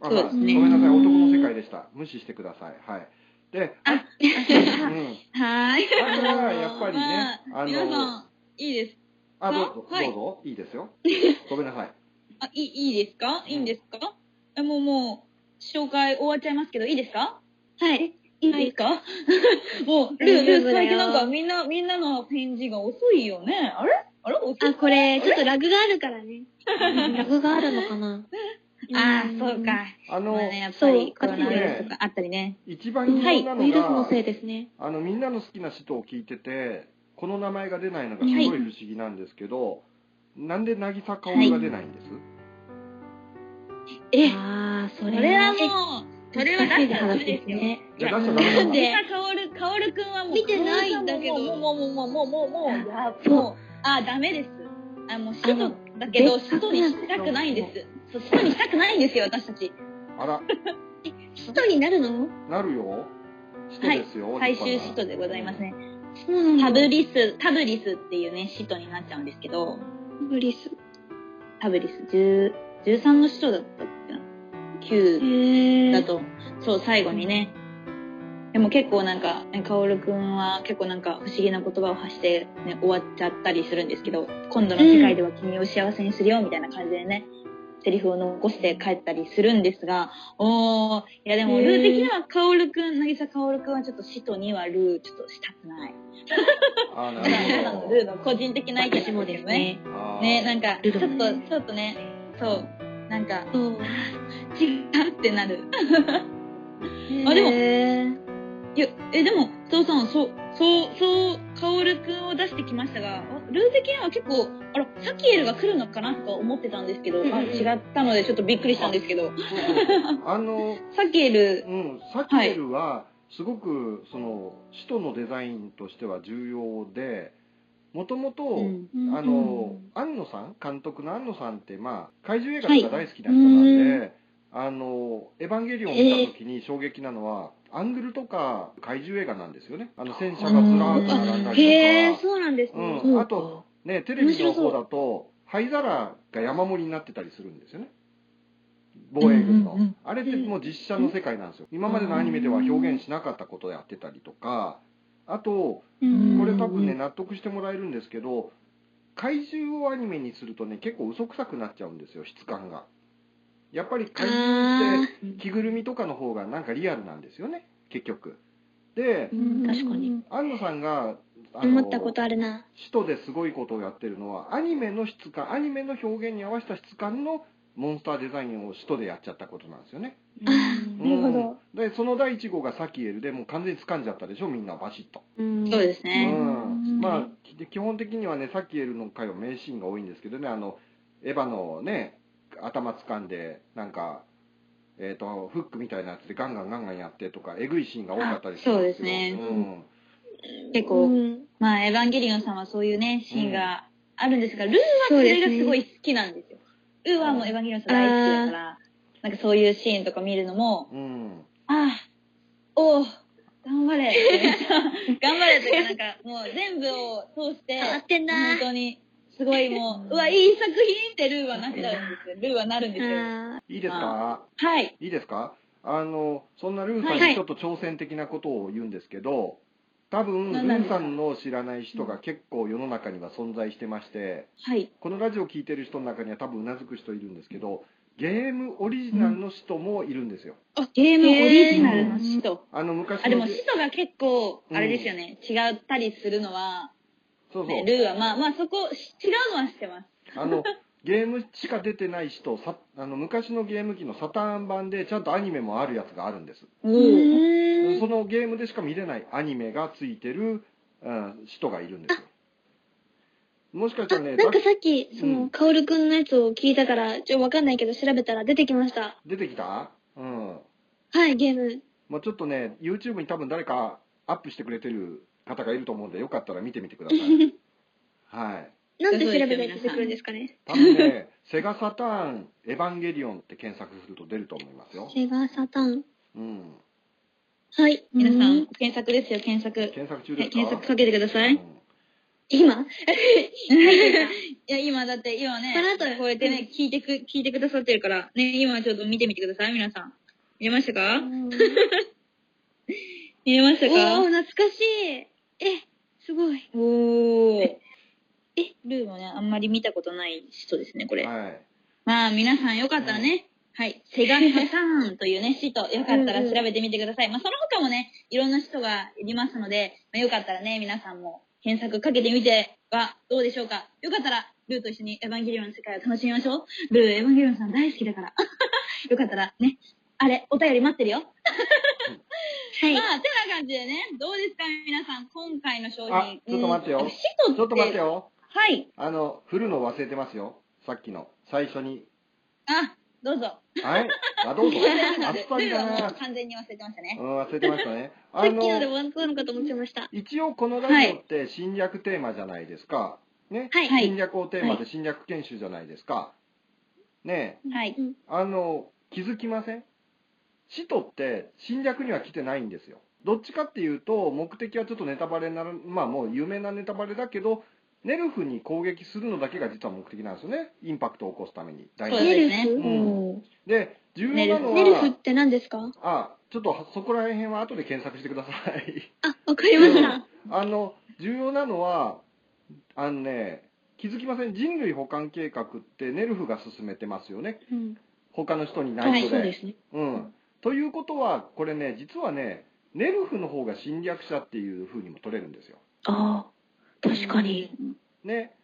Speaker 5: あ
Speaker 2: そうですね
Speaker 5: ごめんなさい男の世界でした無視してくださいはいであ、うん、
Speaker 2: はーい。
Speaker 5: あれはやっぱりね
Speaker 2: まあ
Speaker 5: あ
Speaker 2: (laughs) 皆さ
Speaker 5: の
Speaker 2: ん、いいです。
Speaker 5: あどうぞ、
Speaker 2: はい
Speaker 5: どうぞいいですよごめんなさい
Speaker 2: あ、いい、いいですかいいんですか、えもう、もう、紹介終わっちゃいますけど、いいですか
Speaker 3: はい。
Speaker 2: いいですか (laughs) もう、ルー、
Speaker 3: 大
Speaker 2: ル
Speaker 3: 丈夫だ
Speaker 2: ー、最
Speaker 3: よ
Speaker 2: 近なんかみんな、みんなの返事が遅いよね。あれあれ遅い
Speaker 3: あ、これ、ちょっとラグがあるからね。
Speaker 4: ラグがあるのかな
Speaker 2: あー、そうか。
Speaker 5: あの、
Speaker 2: まあね、やっぱりコ
Speaker 4: そう
Speaker 2: ロナウイルスとかあったりね。
Speaker 5: 一番重要な
Speaker 4: ウ
Speaker 5: の
Speaker 4: イル
Speaker 5: が、
Speaker 4: スのせいですね。
Speaker 5: あのみんなの好きな使徒を聞いててこの名前が出ないのがすごい不思議なんですけど、なんで渚香織が出ないんです、
Speaker 3: え、
Speaker 4: ああ、そ
Speaker 2: それ
Speaker 4: れ
Speaker 2: は
Speaker 4: は。
Speaker 2: もう、それは
Speaker 4: 難し
Speaker 2: 出
Speaker 4: い
Speaker 2: しちゃダメで
Speaker 4: 話です
Speaker 2: すよ。
Speaker 4: ね。
Speaker 5: じゃあ出しちゃダメな
Speaker 3: なん
Speaker 5: の
Speaker 2: い
Speaker 3: で
Speaker 2: や、かおる、かおるくんはもう、
Speaker 3: 見てないんだけど
Speaker 2: もう、もう、もう、もう、もう、もう、もう、もう、や
Speaker 4: そう
Speaker 2: もう、あー、ダメです。あ、もう、使徒だけど、
Speaker 4: あの
Speaker 2: 使徒にしたくないんです。そう、使徒にしたくないんですよ、私たち。
Speaker 5: あら
Speaker 3: 使徒になるの
Speaker 5: なるよ使徒ですよ、
Speaker 2: 最
Speaker 5: 立
Speaker 2: 終使
Speaker 5: 派な
Speaker 2: 徒でございますね。
Speaker 3: そうなんだ。
Speaker 2: タブリス、タブリスっていうね、使徒になっちゃうんですけど、
Speaker 3: ブリス。
Speaker 2: タブリス10 13の使徒だったっけな9
Speaker 3: へえ。
Speaker 2: だ。と、そう、最後にね。でも結構なんか、ねカオルくんは結構なんか不思議な言葉を発して、ね、終わっちゃったりするんですけど、今度の世界では君を幸せにするよ、みたいな感じでね、セリフを残して帰ったりするんですが、おー、いやでも、ルー的にはカオルくん、なぎさカオルくんはちょっと使徒にはルー、ちょっとしたくない。
Speaker 5: あーな
Speaker 2: ただ
Speaker 5: る
Speaker 2: の
Speaker 5: ほ
Speaker 2: ルー
Speaker 5: ど
Speaker 2: の個人的な意見
Speaker 4: 私もですね。
Speaker 5: あー
Speaker 2: (laughs) ね、なんか、ち
Speaker 4: ル
Speaker 2: ょっ
Speaker 4: ド
Speaker 2: と、
Speaker 4: ル
Speaker 2: ちょっとね、そう、なんか、
Speaker 3: そう。
Speaker 2: 違うってなる。あでも
Speaker 3: も、
Speaker 2: いや、え、でも、そうさん、そう、そう、そう、カオルくんを出してきましたが、あルーゼ系は結構、あら、サキエルが来るのかなとか思ってたんですけど、
Speaker 3: うんうん
Speaker 2: あ違ったのでちょっとびっくりしたんですけど、
Speaker 5: あの、
Speaker 2: サキエル、
Speaker 5: うん、サキエルはすごくその使徒のデザインとしては重要でもともと
Speaker 2: うん
Speaker 5: あ
Speaker 3: う
Speaker 5: の
Speaker 3: ん
Speaker 5: 庵野さん監督の庵野さんって、まあ、怪獣映画とか大好きな人なんで「あのエヴァンゲリオン」を見た時に衝撃なのは、アングルとか怪獣映画なんですよねあの戦車がずらーっと並んだ
Speaker 3: へ
Speaker 5: り
Speaker 3: え、
Speaker 5: とか、
Speaker 3: そうなんですね。
Speaker 5: うん、あと、ね、テレビの方だと灰皿が山盛りになってたりするんですよね防衛軍の、
Speaker 2: うんうんうん
Speaker 5: あれってもう実写の世界なんですよ今までのアニメでは表現しなかったことをやってたりとかあと
Speaker 3: うん
Speaker 5: これ多分ね納得してもらえるんですけど怪獣をアニメにするとね結構嘘くさくなっちゃうんですよ質感がやっぱり怪獣
Speaker 3: あ
Speaker 5: って着ぐるみとかの方がなんかリアルなんですよね結局で
Speaker 3: ー
Speaker 4: 確かに。
Speaker 5: 安野さんがあの
Speaker 3: 思ったことあるな。
Speaker 5: 使徒ですごいことをやってるのはアニメの質感アニメの表現に合わせた質感のモンスターデザインを使徒でやっちゃったことなんですよね
Speaker 3: あーなるほど。
Speaker 5: うんでその第1号がサキエルでもう完全に掴んじゃったでしょみんなバシッと、
Speaker 4: うん
Speaker 2: そうです
Speaker 5: う
Speaker 2: ね。
Speaker 5: ん、まあき基本的にはねサキエルの回は名シーンが多いんですけどねあのエヴァのね頭掴んでなんかえー、とフックみたいなやつでガンガンガンガンやってとかえぐいシーンが多かったりするんです
Speaker 2: あそう
Speaker 5: よ
Speaker 2: ですね
Speaker 5: うん
Speaker 2: 結
Speaker 3: う
Speaker 2: 構、
Speaker 3: ん
Speaker 2: まあ、エヴァンゲリオンさんはそういうね、シーンがあるんですが、ルーは
Speaker 3: そ
Speaker 2: そう
Speaker 3: です
Speaker 2: れ
Speaker 3: ね
Speaker 2: がすごい好きなんですよ。ルーはもうエヴァンゲリオンさん大好きだから、なんかそういうシーンとか見るのも、
Speaker 5: うん
Speaker 2: ああ、おお、頑張れって。頑張れというか、なんか、もう全部を通 (laughs) して、
Speaker 3: 合ってんな。
Speaker 2: 本当に、すごいも (laughs) う、うわ、いい作品ってルーはなっちゃうんですよ。ルーはなるんですよ。
Speaker 3: あ
Speaker 5: いいですか
Speaker 2: はい。
Speaker 5: いいですかあのそんなルーさん
Speaker 3: はいは
Speaker 5: に
Speaker 3: い
Speaker 5: ちょっと挑戦的なことを言うんですけど多分ル
Speaker 2: 何なんで
Speaker 5: ー
Speaker 2: すか
Speaker 5: さんの知らない人が結構世の中には存在してまして
Speaker 2: はい。
Speaker 5: このラジオを聴いてる人の中には多分うなずく人いるんですけどゲームオリジナルの人もいるんですよ、
Speaker 2: あ、ゲームオリジナルの使徒。
Speaker 5: あの昔
Speaker 2: あ、で
Speaker 5: の
Speaker 2: も使徒が結構、あれですよね、違ったりするのは、
Speaker 5: そうそ
Speaker 2: ね、
Speaker 5: う
Speaker 2: ルーはまあまあそこ、し違うのは知ってます。
Speaker 5: (laughs) あのゲームしか出てない人さあの昔のゲーム機のサターン版でちゃんとアニメもあるやつがあるんです
Speaker 3: ーう
Speaker 5: そのゲームでしか見れないアニメがついてる、うん、人がいるんですよもしかした
Speaker 3: あ、
Speaker 5: らね
Speaker 3: なんかさっき、そ
Speaker 5: うん
Speaker 3: の、カオルくんのやつを聞いたから、ちょ、わかんないけど調べたら出てきました。
Speaker 5: 出てきたうん。
Speaker 3: はい、ゲーム。
Speaker 5: まあ、ちょっとね、YouTube に多分誰かアップしてくれてる方がいると思うんで、よかったら見てみてください。
Speaker 3: (laughs)
Speaker 5: はい。
Speaker 3: なんで調べたら出てくるんですかね。
Speaker 5: 多分ね、セガサターンエヴァンゲリオンって検索すると出ると思いますよ。
Speaker 3: セガサターン。
Speaker 5: うん。
Speaker 3: はい。
Speaker 2: 皆さ、
Speaker 3: うん
Speaker 2: 検索ですよ、検索。
Speaker 5: 検索中で
Speaker 2: え
Speaker 5: すか
Speaker 2: 検索かけてくだ (laughs) さい。
Speaker 5: うん
Speaker 2: (laughs)
Speaker 3: 今
Speaker 2: いや、今だって、今ね、
Speaker 3: この後
Speaker 2: こうやってね、聞いてく、聞いてくださってるから、ね、今ちょっと見てみてください、皆さん。見れましたか見れました
Speaker 3: おお
Speaker 2: か
Speaker 3: 懐かしい。え、すごい。
Speaker 2: おー。え、ルーもね、あんまり見たことない人ですね、これ。
Speaker 5: はい。
Speaker 2: まあ、皆さんよかったらね、はい、セガミハサーンという
Speaker 5: (laughs)
Speaker 2: ね、使徒、よかったら調べてみてください。まあ、その他もね、いろんな人がいますので、まあ、よかったらね、皆さんも検索かけてみてはどうでしょうか。よかったら、ルーと一緒にエヴァンゲリオンの世界を楽しみましょう。ルー、エヴァンゲリオンさん大好きだから。 (laughs) よかったらね、あれ、お便り待ってるよ。
Speaker 3: はい
Speaker 2: ま。あ、てな感じでね、どうですか、皆さん、今回の商
Speaker 5: あ
Speaker 2: 品。、
Speaker 5: ちょっと待って
Speaker 2: うん
Speaker 5: よ
Speaker 2: 使。徒って。
Speaker 5: ちょっと待って。よ。
Speaker 2: はい。
Speaker 5: あの、振るの忘れてますよ。さっきの。最初に。
Speaker 2: あ、どうぞ。
Speaker 5: はい。
Speaker 2: (laughs)
Speaker 5: あ、どうぞ。あっ
Speaker 2: ル
Speaker 5: さり
Speaker 2: ー
Speaker 5: だ
Speaker 2: はもう
Speaker 5: な。
Speaker 2: 完全に忘れてましたね
Speaker 5: う。ん、忘れてましたね。
Speaker 2: (laughs)
Speaker 3: さ
Speaker 5: あ
Speaker 3: っきの
Speaker 5: の
Speaker 3: で、終わったのかと思ってました。
Speaker 5: 一応このラジオって侵略テーマじゃないですか。ね。
Speaker 3: はい。
Speaker 2: はい
Speaker 5: 侵略をテーマで侵略研修じゃないですか、ね
Speaker 2: はい。
Speaker 5: えあの気づきません使徒って侵略には来てないんですよどっちかっていうと目的はちょっとネタバレになるまあもう有名なネタバレだけどネルフに攻撃するのだけが実は目的なんですよねインパクトを起こすために大
Speaker 2: そう
Speaker 5: 事
Speaker 2: で
Speaker 3: ネ
Speaker 2: す
Speaker 3: ル
Speaker 2: ね
Speaker 3: フ
Speaker 5: うんで重要なの
Speaker 3: ネルフっ
Speaker 5: は
Speaker 3: て何ですかあ、
Speaker 5: あちょっとそこら辺は後で検索してください (laughs)
Speaker 3: わかりました。
Speaker 5: あの重要なのはあのね気づきません人類保管計画ってネルフが進めてますよね
Speaker 3: うん
Speaker 5: 他の人にない
Speaker 4: そ
Speaker 5: の
Speaker 4: う
Speaker 5: で,、
Speaker 4: ですね。
Speaker 5: うん、ということはこれね実はねネルフの方が侵略者っていう風にも取れるんですよ
Speaker 4: ああ、確かに。
Speaker 5: ね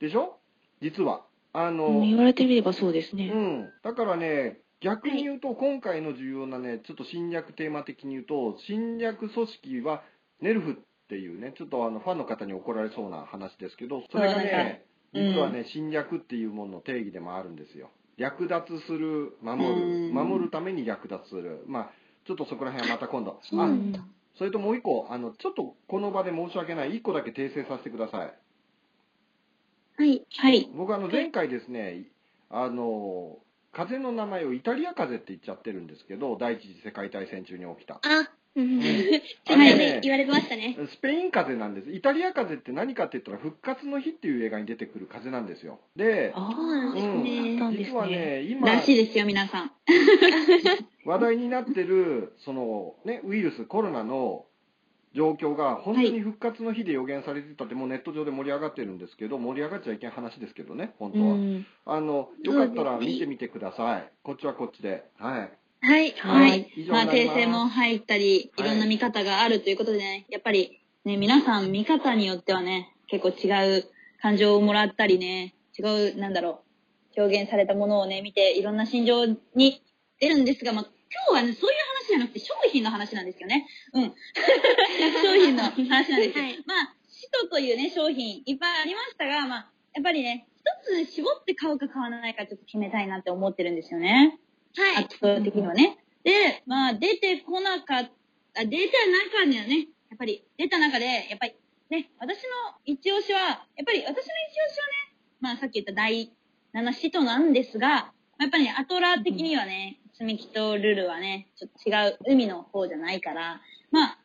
Speaker 5: でしょ実はあの
Speaker 4: うん言われてみればそうです
Speaker 5: う
Speaker 4: ね。
Speaker 5: んだからね逆に言うと、今回の重要なね、ちょっと侵略テーマ的に言うと、侵略組織はネルフっていうね、ちょっとあのファンの方に怒られそうな話ですけど、それがね、
Speaker 2: そうなんだ
Speaker 5: 実はね、侵略っていうものの定義でもあるんですよ。略奪する、守
Speaker 2: う
Speaker 5: る、
Speaker 2: ん
Speaker 5: 守るために略奪する。まあ、ちょっとそこら辺はまた今度。
Speaker 3: う
Speaker 5: あ
Speaker 3: ん
Speaker 2: だ。
Speaker 5: それともう一個、あの、ちょっとこの場で申し訳ない、一個だけ訂正させてください。
Speaker 3: はい。
Speaker 2: はい。
Speaker 5: 僕あの前回ですね、あの風の名前をイタリア風邪って言っちゃってるんですけど第一次世界大戦中に起きた
Speaker 3: あ、うん。
Speaker 5: あ
Speaker 3: ちょ
Speaker 5: の
Speaker 3: っと
Speaker 5: ね
Speaker 3: ね言われてましたね。
Speaker 5: スペイン風邪なんですイタリア風邪って何かって言ったら「復活の日」っていう映画に出てくる風邪なんですよで
Speaker 4: あ
Speaker 3: そうなんです
Speaker 5: う
Speaker 3: ね。
Speaker 4: なんですね
Speaker 5: 実はね今
Speaker 2: らしいですよ、皆さん。
Speaker 5: 話題になってるその、ね、ウイルスコロナの状況が本当に復活の日で予言されてたって、もうネット上で盛り上がってるんですけど盛り上がっちゃいけない話ですけどね本当は、
Speaker 4: うん
Speaker 5: あのよかったら見てみてくださいこっちはこっちではい
Speaker 2: はい。
Speaker 4: は
Speaker 2: はいい。
Speaker 5: 以上
Speaker 2: まあ、
Speaker 5: になり
Speaker 2: 訂
Speaker 5: ます
Speaker 2: 正も入ったり、いろんな見方があるということでね、やっぱり、ね、皆さん見方によってはね、結構違う感情をもらったりね、違う、なんだろう、表現されたものをね、見て、いろんな心情に出るんですが、まあ、今日はね、そういう話じゃなくて、商品の話なんですよね。
Speaker 5: (laughs)
Speaker 2: うん。商品の話なんですよ。
Speaker 3: はい
Speaker 2: まあ、シトというね、商品、いっぱいありましたが、まあ、やっぱりね、一つ絞って買うか買わないかちょっと決めたいなって思ってるんですよね。
Speaker 3: はい。
Speaker 2: 圧倒的にはね。で、まあ、出てこなかった、出た中にはね、やっぱり、出た中で、やっぱり、ね、私の一押しは、やっぱり私の一押しはね、まあ、さっき言った第7使徒なんですが、やっぱりね、アトラ的にはね、積み木とルルはね、ちょっと違う海の方じゃないから、まあ、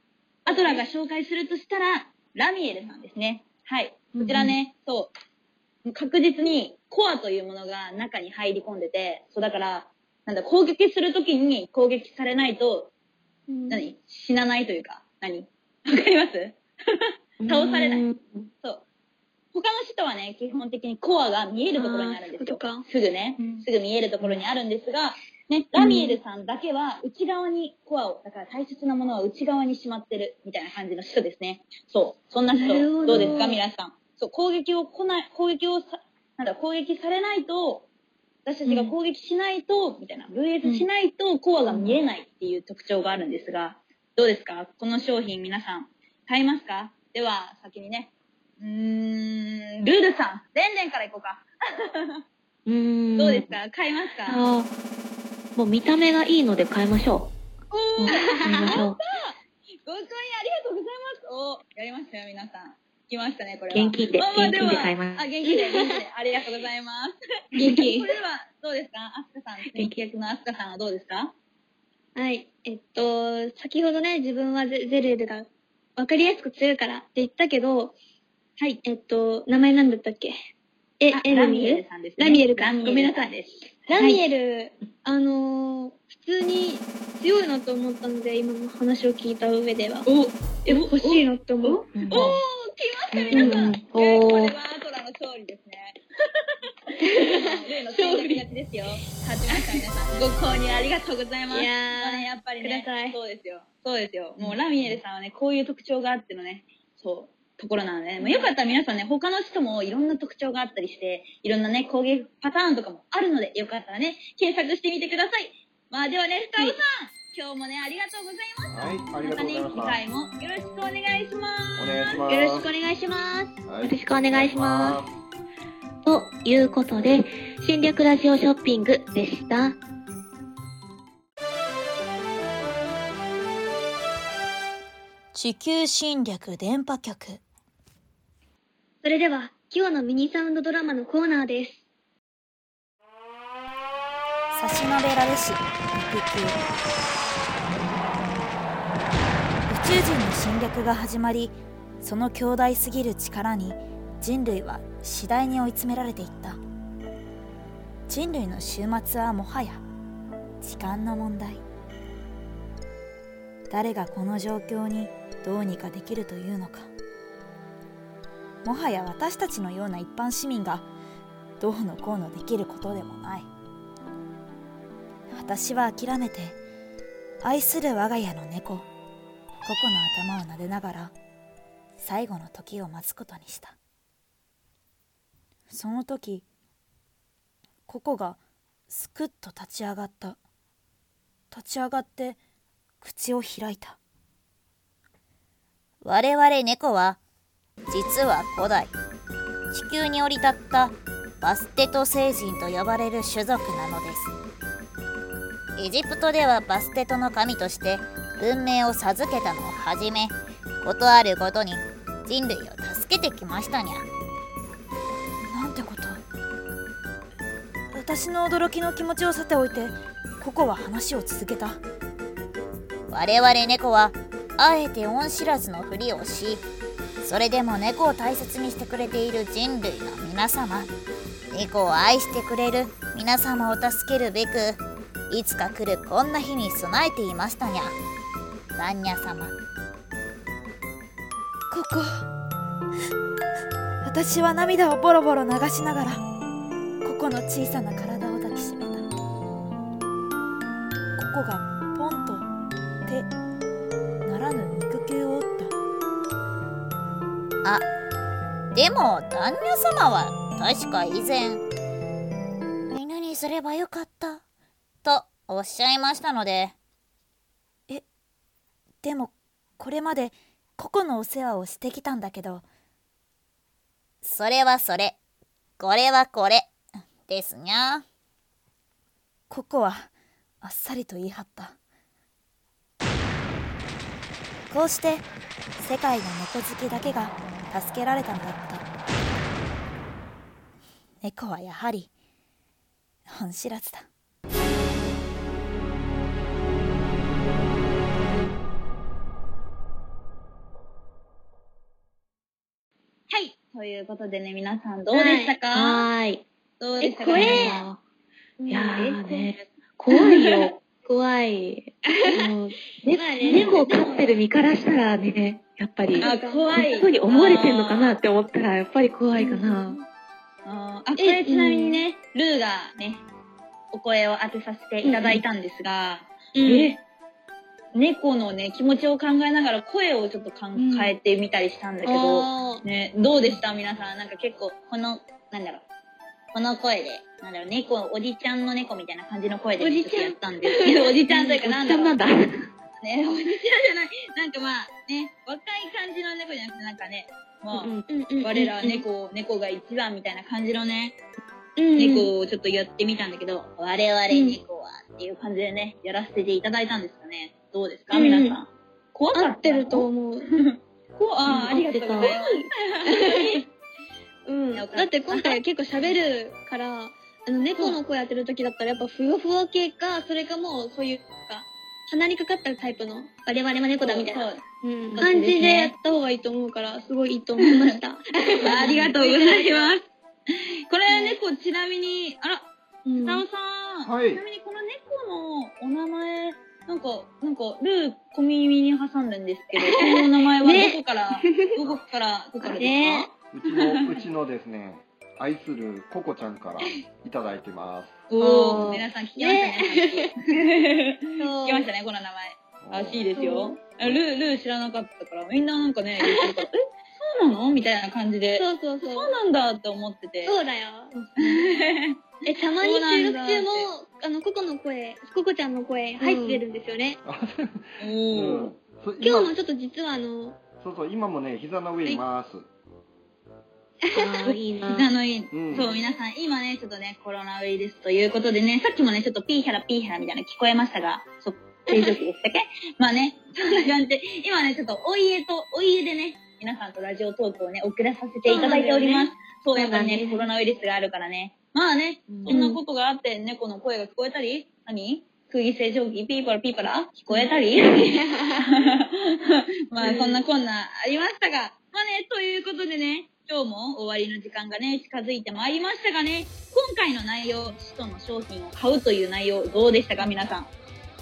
Speaker 2: アトラが紹介するとしたら、ラミエルさんですね。はい。こちらね、そう。確実にコアというものが中に入り込んでて、そうだから、なんだ、攻撃するときに攻撃されないと、
Speaker 3: うん
Speaker 2: 何死なないというか、何わかります倒されない。
Speaker 4: うん
Speaker 2: そう。他の人はね、基本的にコアが見えるところにあるんですよ
Speaker 3: あーそういうこ。
Speaker 2: すぐね、すぐ見えるところにあるんですが、ね、ラミエルさんだけは内側にコアを、だから大切なものは内側にしまってるみたいな感じの人ですね。そう。そんな人、
Speaker 3: なるほど
Speaker 2: どうですか、皆さん。そう、攻撃を来ない、攻撃をさ、なんだ、攻撃されないと、私たちが攻撃しないと、みたいな、VS しないとコアが見えないっていう特徴があるんですが、どうですかこの商品皆さん、買いますかでは、先にね、うーん、ルールさん、レンレンからいこうか。
Speaker 4: うん
Speaker 2: どうですか買いますか
Speaker 4: あーもう見た目がいいので買いましょ
Speaker 2: おー
Speaker 4: う。買いましょう。
Speaker 2: ご購入ありがとうございます。おやりましたよ、皆さん。来ましたね、これは。
Speaker 4: 現金で、
Speaker 2: まあまあ
Speaker 4: 現金で買いま
Speaker 2: はあ、
Speaker 4: す。
Speaker 2: 元気で、元気で。ありがとうござい
Speaker 3: (laughs)
Speaker 2: ます。
Speaker 3: 元気
Speaker 2: これは、どうですかアスカさん、元気役のアスカさんはどうですか
Speaker 3: はい。えっと、先ほどね、自分はゼゼルエルが分かりやすく強いからって言ったけど、はい。えっと、名前なんだったっけえ
Speaker 2: あ、
Speaker 3: エルミ
Speaker 2: ラ
Speaker 3: ル
Speaker 2: さんですね
Speaker 3: ラミエルか。
Speaker 2: ラミエル
Speaker 3: ごめんなさい。
Speaker 2: です。
Speaker 3: ラミエル、あのー普通に強いなと思ったので、今の話を聞いた上では、
Speaker 2: お、
Speaker 3: え欲しいなって思う。
Speaker 4: うん
Speaker 2: おー、来ました、
Speaker 4: うん
Speaker 2: 皆さん。
Speaker 4: お
Speaker 2: えーこれ
Speaker 4: ー
Speaker 2: はアトラの勝利ですね。 (laughs) 例の勝利勝ちですよ。勝ちました、皆さん。ご購入ありがとうございます。
Speaker 3: いやー
Speaker 2: まあねやっぱりね、
Speaker 3: ください
Speaker 2: そうですよ。そうですよ。もうラミエルさんはね、こういう特徴があってのね、そう、ところなので、ね、まあよかったら皆さんね、他の人もいろんな特徴があったりして、いろんなね、攻撃パターンとかもあるので、よかったらね、検索してみてください。まあではね、深尾さん、今日もね、ありがとうございま
Speaker 5: はい、あり
Speaker 2: し
Speaker 5: が
Speaker 2: た。
Speaker 5: とうございま
Speaker 2: ま
Speaker 5: し
Speaker 2: ね、次。回も
Speaker 5: た
Speaker 2: よろしくお願いします。
Speaker 5: お願いします。
Speaker 3: よろしくお願いします。
Speaker 5: はい。
Speaker 4: よろしくお願いしますということで、侵略ラジオショッピングでした。
Speaker 6: 地球侵略電波局
Speaker 3: それでは、今日のミニサウンドドラマのコーナーです。
Speaker 6: 差し伸べられし陸球宇宙人の侵略が始まりその強大すぎる力に人類は次第に追い詰められていった人類の終末はもはや時間の問題誰がこの状況にどうにかできるというのかもはや私たちのような一般市民がどうのこうのできることでもない私は諦めて愛する我が家の猫ココの頭を撫でながら最後の時を待つことにしたその時ココがすくっと立ち上がった立ち上がって口を開いた我々猫は実は古代地球に降り立ったバステト星人と呼ばれる種族なのですエジプトではバステトの神として文明を授けたのをはじめことあるごとに人類を助けてきましたにゃなんてこと私の驚きの気持ちをさておいてココは話を続けた我々猫はあえて恩知らずのふりをしそれでも猫を大切にしてくれている人類の皆様猫を愛してくれる皆様を助けるべくいつか来るこんな日に備えていましたにゃバンニャ様
Speaker 3: ここ私は涙をボロボロ流しながら
Speaker 6: ココの小さな体を抱きしめたココがポンと手ならぬ肉球を折った
Speaker 1: でも旦那様は確か以前犬にすればよかったとおっしゃいましたので
Speaker 6: でもこれまでココのお世話をしてきたんだけど
Speaker 1: それはそれこれはこれですにゃ
Speaker 6: ココはあっさりと言い張ったこうして世界の猫好きだけが助けられたのだった猫はやはり本知らずだ
Speaker 2: はい。ということでね、皆さんどうでしたか、
Speaker 4: はーい。
Speaker 2: どうでしたか、
Speaker 4: い
Speaker 2: ね、
Speaker 4: やーね、怖いよ。怖い。もうね
Speaker 3: まあね
Speaker 4: 猫を飼ってる身からしたらね、やっぱり、
Speaker 2: あ、怖い。
Speaker 4: そういうふうに思われてんのかなって思ったら、やっぱり怖いかな。
Speaker 2: あーあ、これちなみにね、ルーがね、お声を当てさせていただいたんですが、
Speaker 4: え、
Speaker 2: 猫のね、気持ちを考えながら声をちょっとかん
Speaker 4: うん
Speaker 2: 変えてみたりしたんだけど、ね、どうでした皆さん。なんか結構、この、なんだろう。この声で、なんだろう、猫、おじちゃんの猫みたいな感じの声で、
Speaker 3: おじちゃん
Speaker 2: やったんですけ (laughs) ど、おじちゃんというか、なんだろう。
Speaker 4: だ。
Speaker 2: ね、おじちゃんじゃない。なんかまあ、ね、若い感じの猫じゃなくて、なんかね、もう、我らは猫を、猫が一番みたいな感じのね、猫をちょっとやってみたんだけど、我々猫はっていう感じでね、やらせていただいたんですかね。どうですか、
Speaker 3: うん
Speaker 2: 皆さん。怖か
Speaker 3: 合
Speaker 2: った
Speaker 3: ってると。思う
Speaker 2: こうああ、ありがとうございます。
Speaker 3: うん、だって今回結構喋るから、あの猫の声当てる時だったらやっぱふわふわ系か、それかもうそういうか、鼻にかかったタイプの我々は猫だみたいな
Speaker 2: そう
Speaker 4: うん
Speaker 3: 感じでやった方がいいと思うから、すごいいいと思いました。
Speaker 2: そうありがとうございます。
Speaker 3: (laughs)
Speaker 2: これ猫、ちなみに、あら、
Speaker 3: うん
Speaker 2: 北尾さん、
Speaker 5: はい
Speaker 2: ちなみにこの猫のお名前、なんか、なんか、ルー小耳に挟んだんですけど、
Speaker 3: (laughs)
Speaker 2: このお名前は
Speaker 3: ね
Speaker 2: どこから、どこから、どこからですか、
Speaker 3: ね
Speaker 5: うちの、うちのですね、愛するココちゃんからいただいてます。
Speaker 2: お
Speaker 4: お
Speaker 2: お、
Speaker 4: ー
Speaker 2: 皆さん聞きましたね。聞きましたね、この名前。らしいですよ。ルー、ルー知らなかったから、みんななんか (laughs) ね、言ってるからえ、そうなのみたいな感じで、
Speaker 3: そうそうそう。
Speaker 2: そうなんだって思ってて。
Speaker 3: そうだよ。え、たまに
Speaker 2: そうな
Speaker 3: 収
Speaker 2: んだ
Speaker 3: 録中も、あの、ココの声、ココちゃんの声入ってるんですよね。
Speaker 2: お
Speaker 5: う
Speaker 2: ー
Speaker 5: んそう
Speaker 3: 今
Speaker 5: 今
Speaker 3: 日もちょっと実はあの、
Speaker 5: そうそう、今もね、膝の上にいます。
Speaker 4: あーいいな。
Speaker 2: 膝のいい、
Speaker 5: うん
Speaker 2: そう皆さん今ねちょっとねコロナウイルスということでねさっきもねちょっとピーヒャラピーヒャラみたいなの聞こえましたがそう大丈夫でしたっけ (laughs) まあねそんな感じで今ねちょっとお家とお家でね皆さんとラジオトークをね送らさせていただいておりますそう,、やっぱり
Speaker 4: そうだ
Speaker 2: ね
Speaker 4: ね
Speaker 2: コロナウイルスがあるからねまあねそんなことがあって猫の声が聞こえたり何空気清浄機ピーパラピーパラ聞こえたり (laughs) まあそんなこんなありましたがまあねということでね今日も終わりの時間がね近づいてまいりましたがね今回の内容使徒の商品を買うという内容どうでしたか皆さん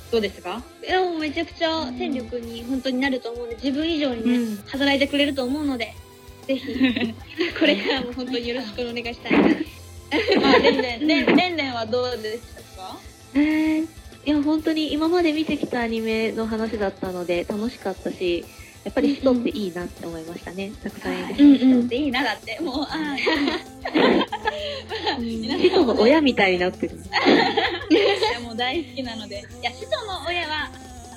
Speaker 2: どうでしたか
Speaker 3: いやもうめちゃくちゃ戦力に本当になると思うんで、自分以上にね、
Speaker 4: うん
Speaker 3: 働いてくれると思うので、ぜひ、 (laughs) これからも本当によろしくお願いしたい。
Speaker 2: まあレンレンレンレンレンはどうでしたか
Speaker 4: えーいや本当に今まで見てきたアニメの話だったので楽しかったしやっぱり人っていいなって思いましたね。たくさんいる。
Speaker 3: うんうん。
Speaker 2: でいいなだってもうあ (laughs) 皆
Speaker 4: 子孫の親みたいになってる。
Speaker 2: あもう大好きなのでいや子孫の親は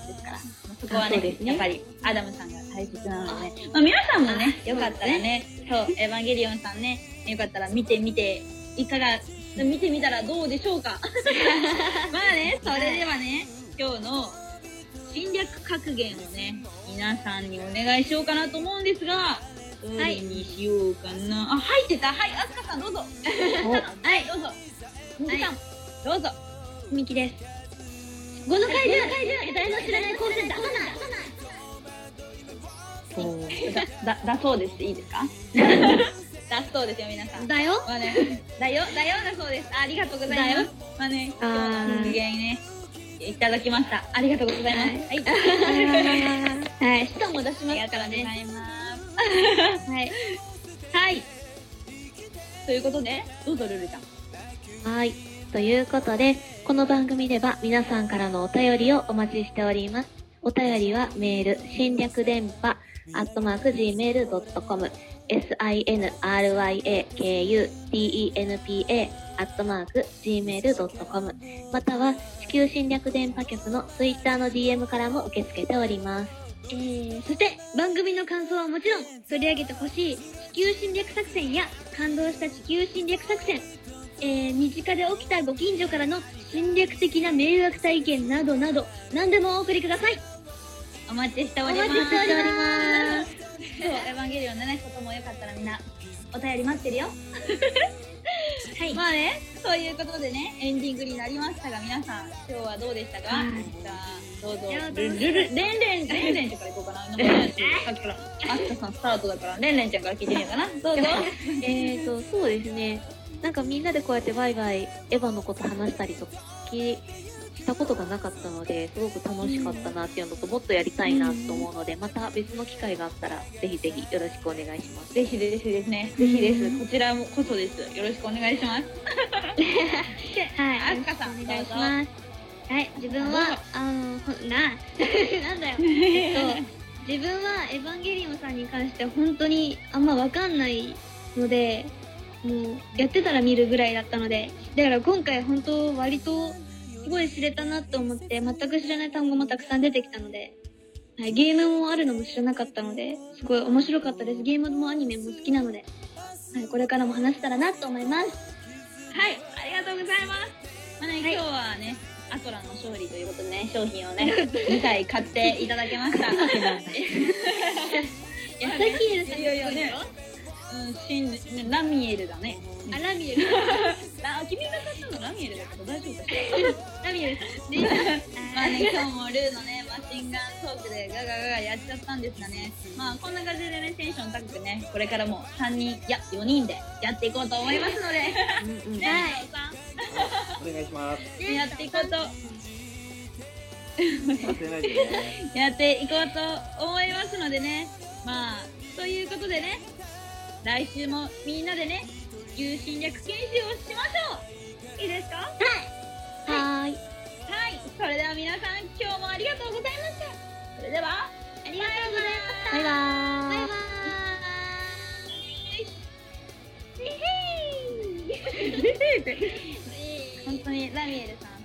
Speaker 2: ですからそこは
Speaker 4: そう
Speaker 2: ね
Speaker 4: ですね
Speaker 2: やっぱりアダムさんが大切なので、まあ、皆さんもねよかったらねそうエヴァンゲリオンさんねよかったら見てみていかが見てみたらどうでしょう (laughs) かまあねそれではね今日の侵略格言をね皆さんにお願いしようかなと思うんですがどれにしようかな、あ入ってたはいあすかさんどうぞはいどうぞみきさん、どうぞ
Speaker 3: みきです。この怪獣、怪獣、誰も知らない光線出さない。
Speaker 2: だだだそうですいいですか (laughs) だそうですよ皆さん
Speaker 3: だよ。
Speaker 2: まあねだよだよだそうですありがとうございますまあね
Speaker 4: あー
Speaker 2: ご機嫌にねいただきましたありがとうございますはい、
Speaker 3: (laughs) はい、人も出し
Speaker 2: あ
Speaker 3: ま
Speaker 2: りが
Speaker 3: す
Speaker 2: と
Speaker 3: か
Speaker 2: う
Speaker 3: ら
Speaker 2: ござ
Speaker 3: ね。
Speaker 2: います
Speaker 3: はい。
Speaker 2: はいということでどうぞルルちゃん
Speaker 4: はい。ということで、この番組では皆さんからのお便りをお待ちしております。お便りはメール、侵略電波、アットマーク gmail.com、sinryakudenpa、アットマーク gmail.com、または地球侵略電波局のツイッターの DM からも受け付けております。
Speaker 3: えー、そして番組の感想はもちろん取り上げてほしい地球侵略作戦や感動した地球侵略作戦、えー、身近で起きたご近所からの侵略的な迷惑体験などなど何でもお送りください
Speaker 2: お待ちしてお
Speaker 3: お
Speaker 2: り
Speaker 3: 待
Speaker 2: ます
Speaker 3: ちしております
Speaker 2: そうエヴァンゲリオンのねこともよかったらみんなお便り待ってる (laughs) よはいまあねそういうことでねエンディングになりましたが皆さん今日はどうでしたか、じゃあどうぞ
Speaker 3: や
Speaker 2: ルンルルレンレンレンレンちゃんからいこうか (laughs) な名前さっきからあすかさんスタートだからレンレンちゃんから聞いてみようかなどうぞ
Speaker 4: えーと、そうですね。なんかみんなでこうやってワイワイエヴァのこと話したりとか聞したことがなかったので、すごく楽しかったなっていうのと、もっとやりたいなと思うので、また別の機会があったら、ぜひぜひよろしくお願いしま
Speaker 2: (laughs)
Speaker 4: す。
Speaker 2: ぜひぜひですねぜひですこちらもこそですよろしくお願いします (laughs)
Speaker 3: は
Speaker 2: あ
Speaker 3: い
Speaker 2: すかさん
Speaker 3: お願いしますはい自分はあのほ
Speaker 2: (laughs)
Speaker 3: ななんだよえっと自分は「エヴァンゲリオン」さんに関して本当にあんま分かんないのでもうやってたら見るぐらいだったのでだから今回本当割とすごい知れたなと思って全く知らない単語もたくさん出てきたので、はい、ゲームもあるのも知らなかったのですごい面白かったですゲームもアニメも好きなので、はい、これからも話せたらなと思います
Speaker 2: はい、ありがとうございます。まあね、
Speaker 3: はい
Speaker 2: 今日はね、アトラの勝利ということでね、商品をね、2体 (laughs) 買っていただきました。いや
Speaker 3: さっきより先
Speaker 2: いやいやね、うん、しん、ねラミエルだね。
Speaker 3: アラミエル
Speaker 2: あ、君が買ったのラミエルだけど大丈夫かし
Speaker 3: ラミエルさん
Speaker 2: ら。まあね、今日もルーのね、マシンガントークでガガガガやっちゃったんですがね、まあこんな感じでね、テンション高くね、これからも3人、いや4人でやっていこうと思いますので、ね、
Speaker 5: お願いします。
Speaker 2: やっていこうと
Speaker 5: 忘れないでね。
Speaker 2: やっていこうと思いますのでねまあということでね来週もみんなでね地球侵略研修をしましょういいですかはい
Speaker 4: はーい。
Speaker 2: それでは皆さん今日もありがとうございましたそれではありがとうございま
Speaker 4: バイバーイ。
Speaker 2: 本当にラミエルさん